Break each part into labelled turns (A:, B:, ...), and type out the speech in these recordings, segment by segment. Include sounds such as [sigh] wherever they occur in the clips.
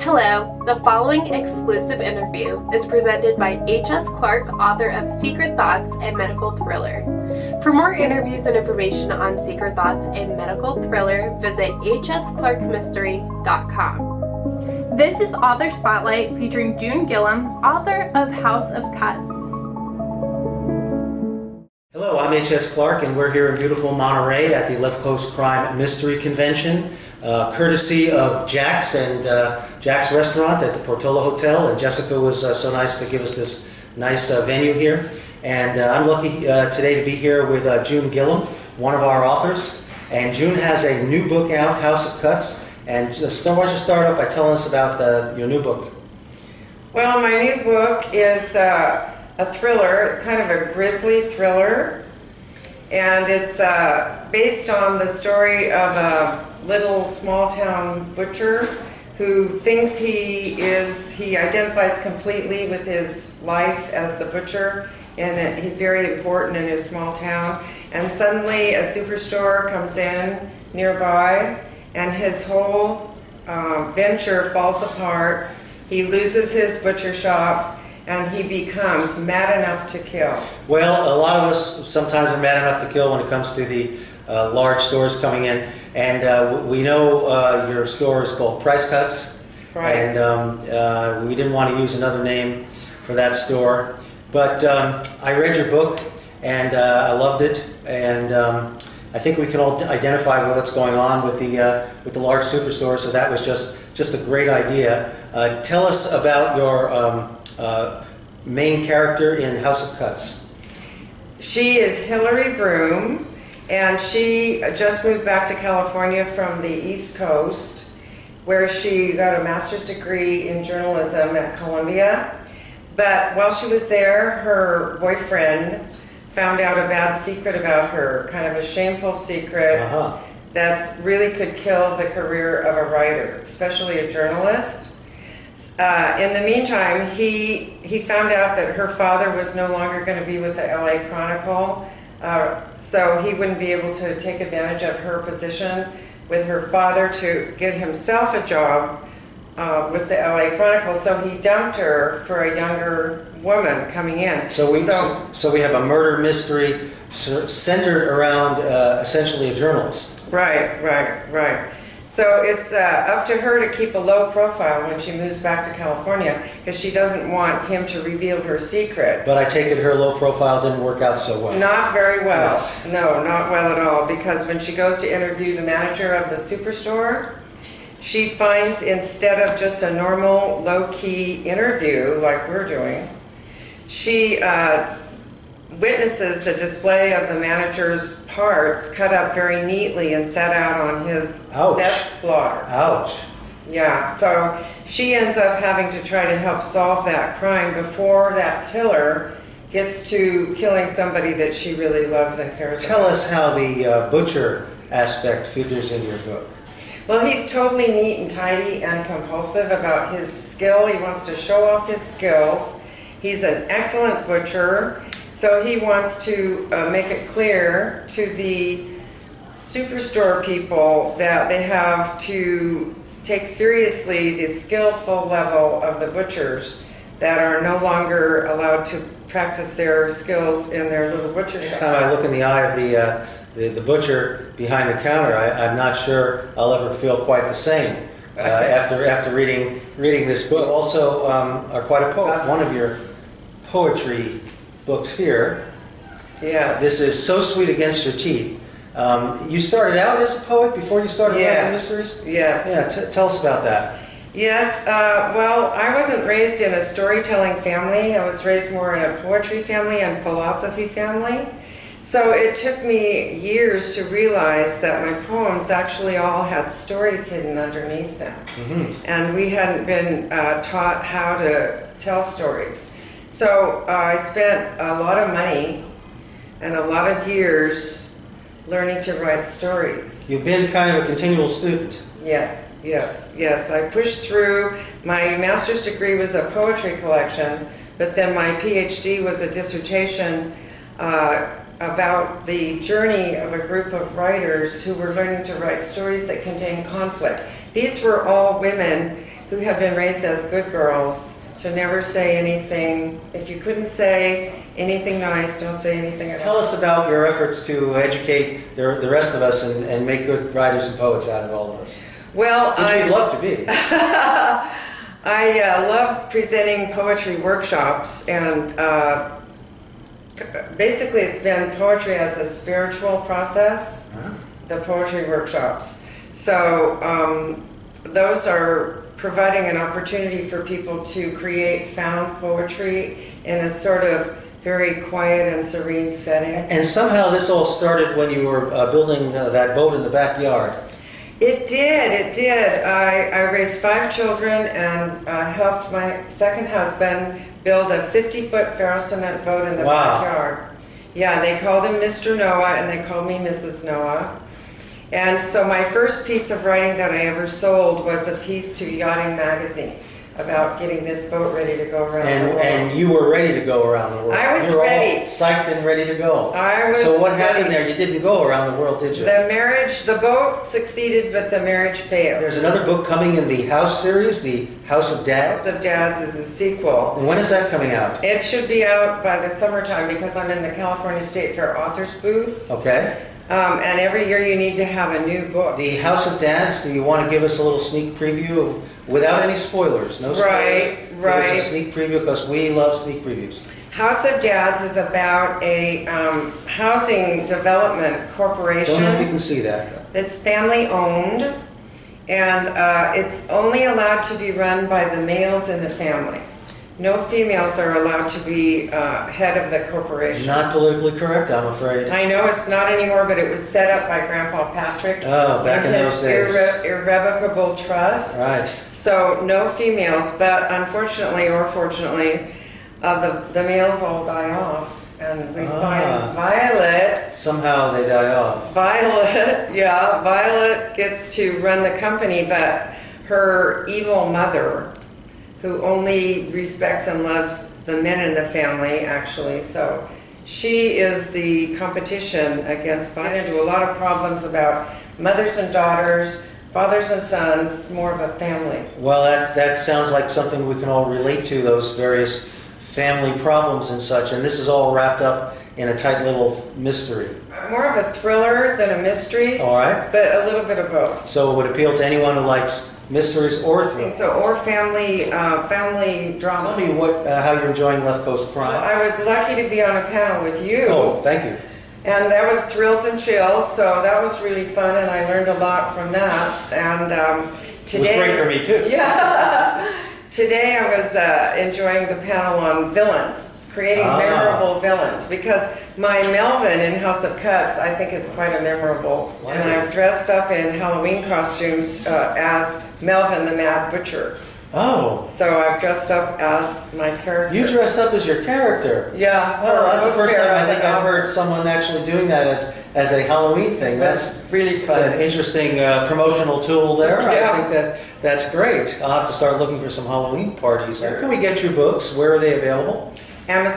A: Hello, the following exclusive interview is presented by H.S. Clark, author of Secret Thoughts and Medical Thriller. For more interviews and information on Secret Thoughts and Medical Thriller, visit hsclarkmystery.com. This is Author Spotlight featuring June Gillum, author of House of Cuts.
B: Hello, I'm H.S. Clark, and we're here in beautiful Monterey at the Left Coast Crime Mystery Convention, uh, courtesy of Jack's and uh, Jack's Restaurant at the Portola Hotel. And Jessica was uh, so nice to give us this nice uh, venue here. And uh, I'm lucky uh, today to be here with uh, June Gillum, one of our authors. And June has a new book out, House of Cuts. And just, why don't you start off by telling us about uh, your new book?
C: Well, my new book is uh, a thriller. It's kind of a grisly thriller, and it's uh, based on the story of a little small town butcher who thinks he is, he identifies completely with his life as the butcher, and it, he's very important in his small town. And suddenly, a superstore comes in nearby, and his whole um, venture falls apart. He loses his butcher shop and he becomes mad enough to kill.
B: Well, a lot of us sometimes are mad enough to kill when it comes to the uh, large stores coming in, and uh, w- we know uh, your store is called Price Cuts,
C: Right.
B: and um, uh, we didn't want to use another name for that store. But um, I read your book, and uh, I loved it, and um, I think we can all identify with what's going on with the uh, with the large superstore. So that was just just a great idea. Uh, tell us about your um, uh, main character in House of Cuts.
C: She is Hillary Broom, and she just moved back to California from the East Coast, where she got a master's degree in journalism at Columbia. But while she was there, her boyfriend found out a bad secret about her, kind of a shameful secret.
B: Uh-huh.
C: that really could kill the career of a writer, especially a journalist. Uh, in the meantime, he he found out that her father was no longer going to be with the LA Chronicle, uh, so he wouldn't be able to take advantage of her position with her father to get himself a job uh, with the LA Chronicle. So he dumped her for a younger woman coming in.
B: So we so, so we have a murder mystery cer- centered around uh, essentially a journalist.
C: Right, right, right. So it's uh, up to her to keep a low profile when she moves back to California because she doesn't want him to reveal her secret.
B: But I take it her low profile didn't work out so well.
C: Not very well.
B: Yes.
C: No, not well at all because when she goes to interview the manager of the superstore, she finds instead of just a normal low key interview like we're doing, she uh, witnesses the display of the manager's parts cut up very neatly and set out on his
B: Ouch.
C: desk blotter.
B: Ouch.
C: Yeah, so she ends up having to try to help solve that crime before that killer gets to killing somebody that she really loves and cares about.
B: Tell us how the uh, butcher aspect figures in your book.
C: Well, he's totally neat and tidy and compulsive about his skill. He wants to show off his skills. He's an excellent butcher, so he wants to uh, make it clear to the superstore people that they have to take seriously the skillful level of the butchers that are no longer allowed to practice their skills in their little butcher
B: Next
C: shop.
B: time I look in the eye of the uh, the, the butcher behind the counter, I, I'm not sure I'll ever feel quite the same uh, after after reading reading this book. You also um, are quite a poet. One of your poetry books here.
C: Yeah.
B: This is So Sweet Against Your Teeth. Um, you started out as a poet before you started writing
C: Yes.
B: mysteries?
C: Yes.
B: Yeah, t- tell us about that.
C: Yes, uh, well, I wasn't raised in a storytelling family. I was raised more in a poetry family and philosophy family. So it took me years to realize that my poems actually all had stories hidden underneath them. And we hadn't been uh, taught how to tell stories. So uh, I spent a lot of money and a lot of years learning to write stories.
B: You've been kind of a continual student.
C: Yes, yes, yes. I pushed through. My master's degree was a poetry collection, but then my PhD was a dissertation uh, about the journey of a group of writers who were learning to write stories that contain conflict. These were all women who have been raised as good girls to never say anything. If you couldn't say anything nice, don't say anything at
B: Tell
C: all.
B: us about your efforts to educate the, the rest of us and, and make good writers and poets out of all of us.
C: Well,
B: Which
C: I
B: we'd love to be.
C: I uh, love presenting poetry workshops, and uh, c- basically, it's been poetry as a spiritual process, the poetry workshops. So, um, those are providing an opportunity for people to create found poetry in a sort of very quiet and serene setting.
B: And somehow this all started when you were uh, building uh, that boat in the backyard.
C: It did, it did. I, I raised five children and uh, helped my second husband build a 50 foot ferro cement boat in the
B: Wow.
C: backyard. Yeah, they called him Mr. Noah and they called me Mrs. Noah. And so my first piece of writing that I ever sold was a piece to Yachting Magazine about getting this boat ready to go around
B: And,
C: the world.
B: and you were ready to go around the world.
C: Oh. I was
B: you were
C: ready.
B: all psyched and ready to go.
C: I was
B: So what
C: ready.
B: happened there? You didn't go around the world, did you?
C: the marriage, the boat succeeded, but the marriage failed.
B: There's another book coming in the House series, the House of
C: House
B: Dads.
C: of Dads is a sequel.
B: And when is that coming out?
C: It should be out by the summertime because I'm in the California State Fair authors booth.
B: Okay.
C: Um, and every year you need to have a new book.
B: The House of Dads. Do you want to give us a little sneak preview of, without any spoilers? No spoilers.
C: Right,
B: Give us
C: right.
B: a sneak preview because we love sneak previews.
C: House of Dads is about a um, housing development
B: Don't know if you
C: corporation
B: can see that.
C: that's family owned and uh, it's only allowed to be run by the males in the family. No females are allowed to be uh, head of the corporation.
B: Not politically correct, I'm afraid.
C: I know it's not anymore, but it was set up by Grandpa Patrick.
B: Oh, back in
C: and
B: those
C: his
B: days.
C: irre- irrevocable trust.
B: Right.
C: So no females, but unfortunately or fortunately, uh, the the males all die off, and we
B: Ah.
C: find Violet.
B: Somehow they die off.
C: Violet, yeah, Violet gets to run the company, but her evil mother, who only respects and loves the men in the family, actually, so she is the competition against Violet. Into a lot of problems about mothers and daughters, fathers and sons, more of a family.
B: Well, that, that sounds like something we can all relate to, those various family problems and such. And this is all wrapped up in a tight little mystery.
C: More of a thriller than a mystery,
B: All right?
C: but a little bit of both.
B: So it would appeal to anyone who likes mysteries or
C: I think
B: thrillers.
C: So, or family, uh, family drama.
B: Tell me what, uh, how you're enjoying Left Coast
C: Well,
B: Crime.
C: I was lucky to be on a panel with you,
B: Oh, thank you.
C: and that was thrills and chills. So that was really fun, and I learned a lot from that. And um,
B: It was
C: today,
B: great for me, too.
C: [laughs] Yeah, today I was uh, enjoying the panel on villains, creating
B: Ah.
C: memorable villains, because my Melvin in House of Cuts I think is quite a memorable, and
B: Wow.
C: I've dressed up in Halloween costumes uh, as Melvin the Mad Butcher.
B: Oh,
C: So I've dressed up as my character.
B: you dressed up as your character.
C: Yeah.
B: Oh, that's the first time I think
C: Yeah.
B: I've heard someone actually doing that as, as a Halloween thing. That's,
C: That's really
B: It's an
C: fun.
B: interesting uh, promotional tool there.
C: Yeah.
B: I think that that's great. I'll have to start looking for some Halloween parties. Where can we get your books? Where are they available?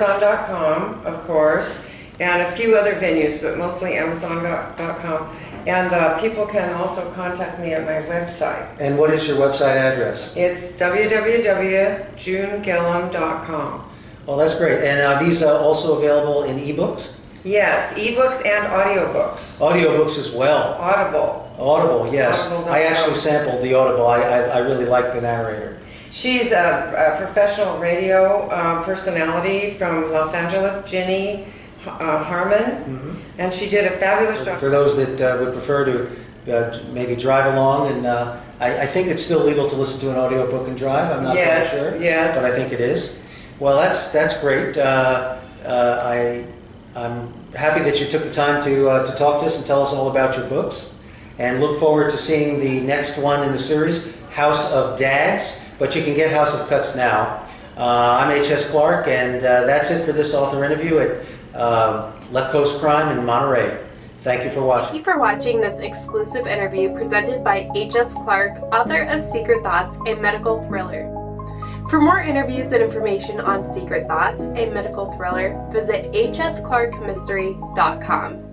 C: Amazon.com, of course, and a few other venues, but mostly Amazon.com. And uh, people can also contact me at my website.
B: And what is your website address?
C: It's www.junegillum.com.
B: Well, that's great. And are these uh, also available in ebooks?
C: Yes, ebooks and audiobooks.
B: Audiobooks as well.
C: Audible.
B: Audible, yes.
C: Audible.com.
B: I actually sampled the Audible. I, I, I really like the narrator.
C: She's a, a professional radio uh, personality from Los Angeles, Ginny uh, Harmon, and she did a fabulous job.
B: For those that uh, would prefer to uh, maybe drive along, and uh, I, I think it's still legal to listen to an audiobook and drive. I'm not
C: Yes,
B: quite sure,
C: yes.
B: but I think it is. Well, that's that's great. Uh, uh, I I'm happy that you took the time to uh, to talk to us and tell us all about your books, and look forward to seeing the next one in the series, House of Dads. But you can get House of Cuts now. Uh, I'm H.S. Clark, and uh, that's it for this author interview at uh, Left Coast Crime in Monterey. Thank you for watching.
A: Thank you for watching this exclusive interview presented by H.S. Clark, author of Secret Thoughts, a medical thriller. For more interviews and information on Secret Thoughts, a medical thriller, visit hsclarkmystery.com.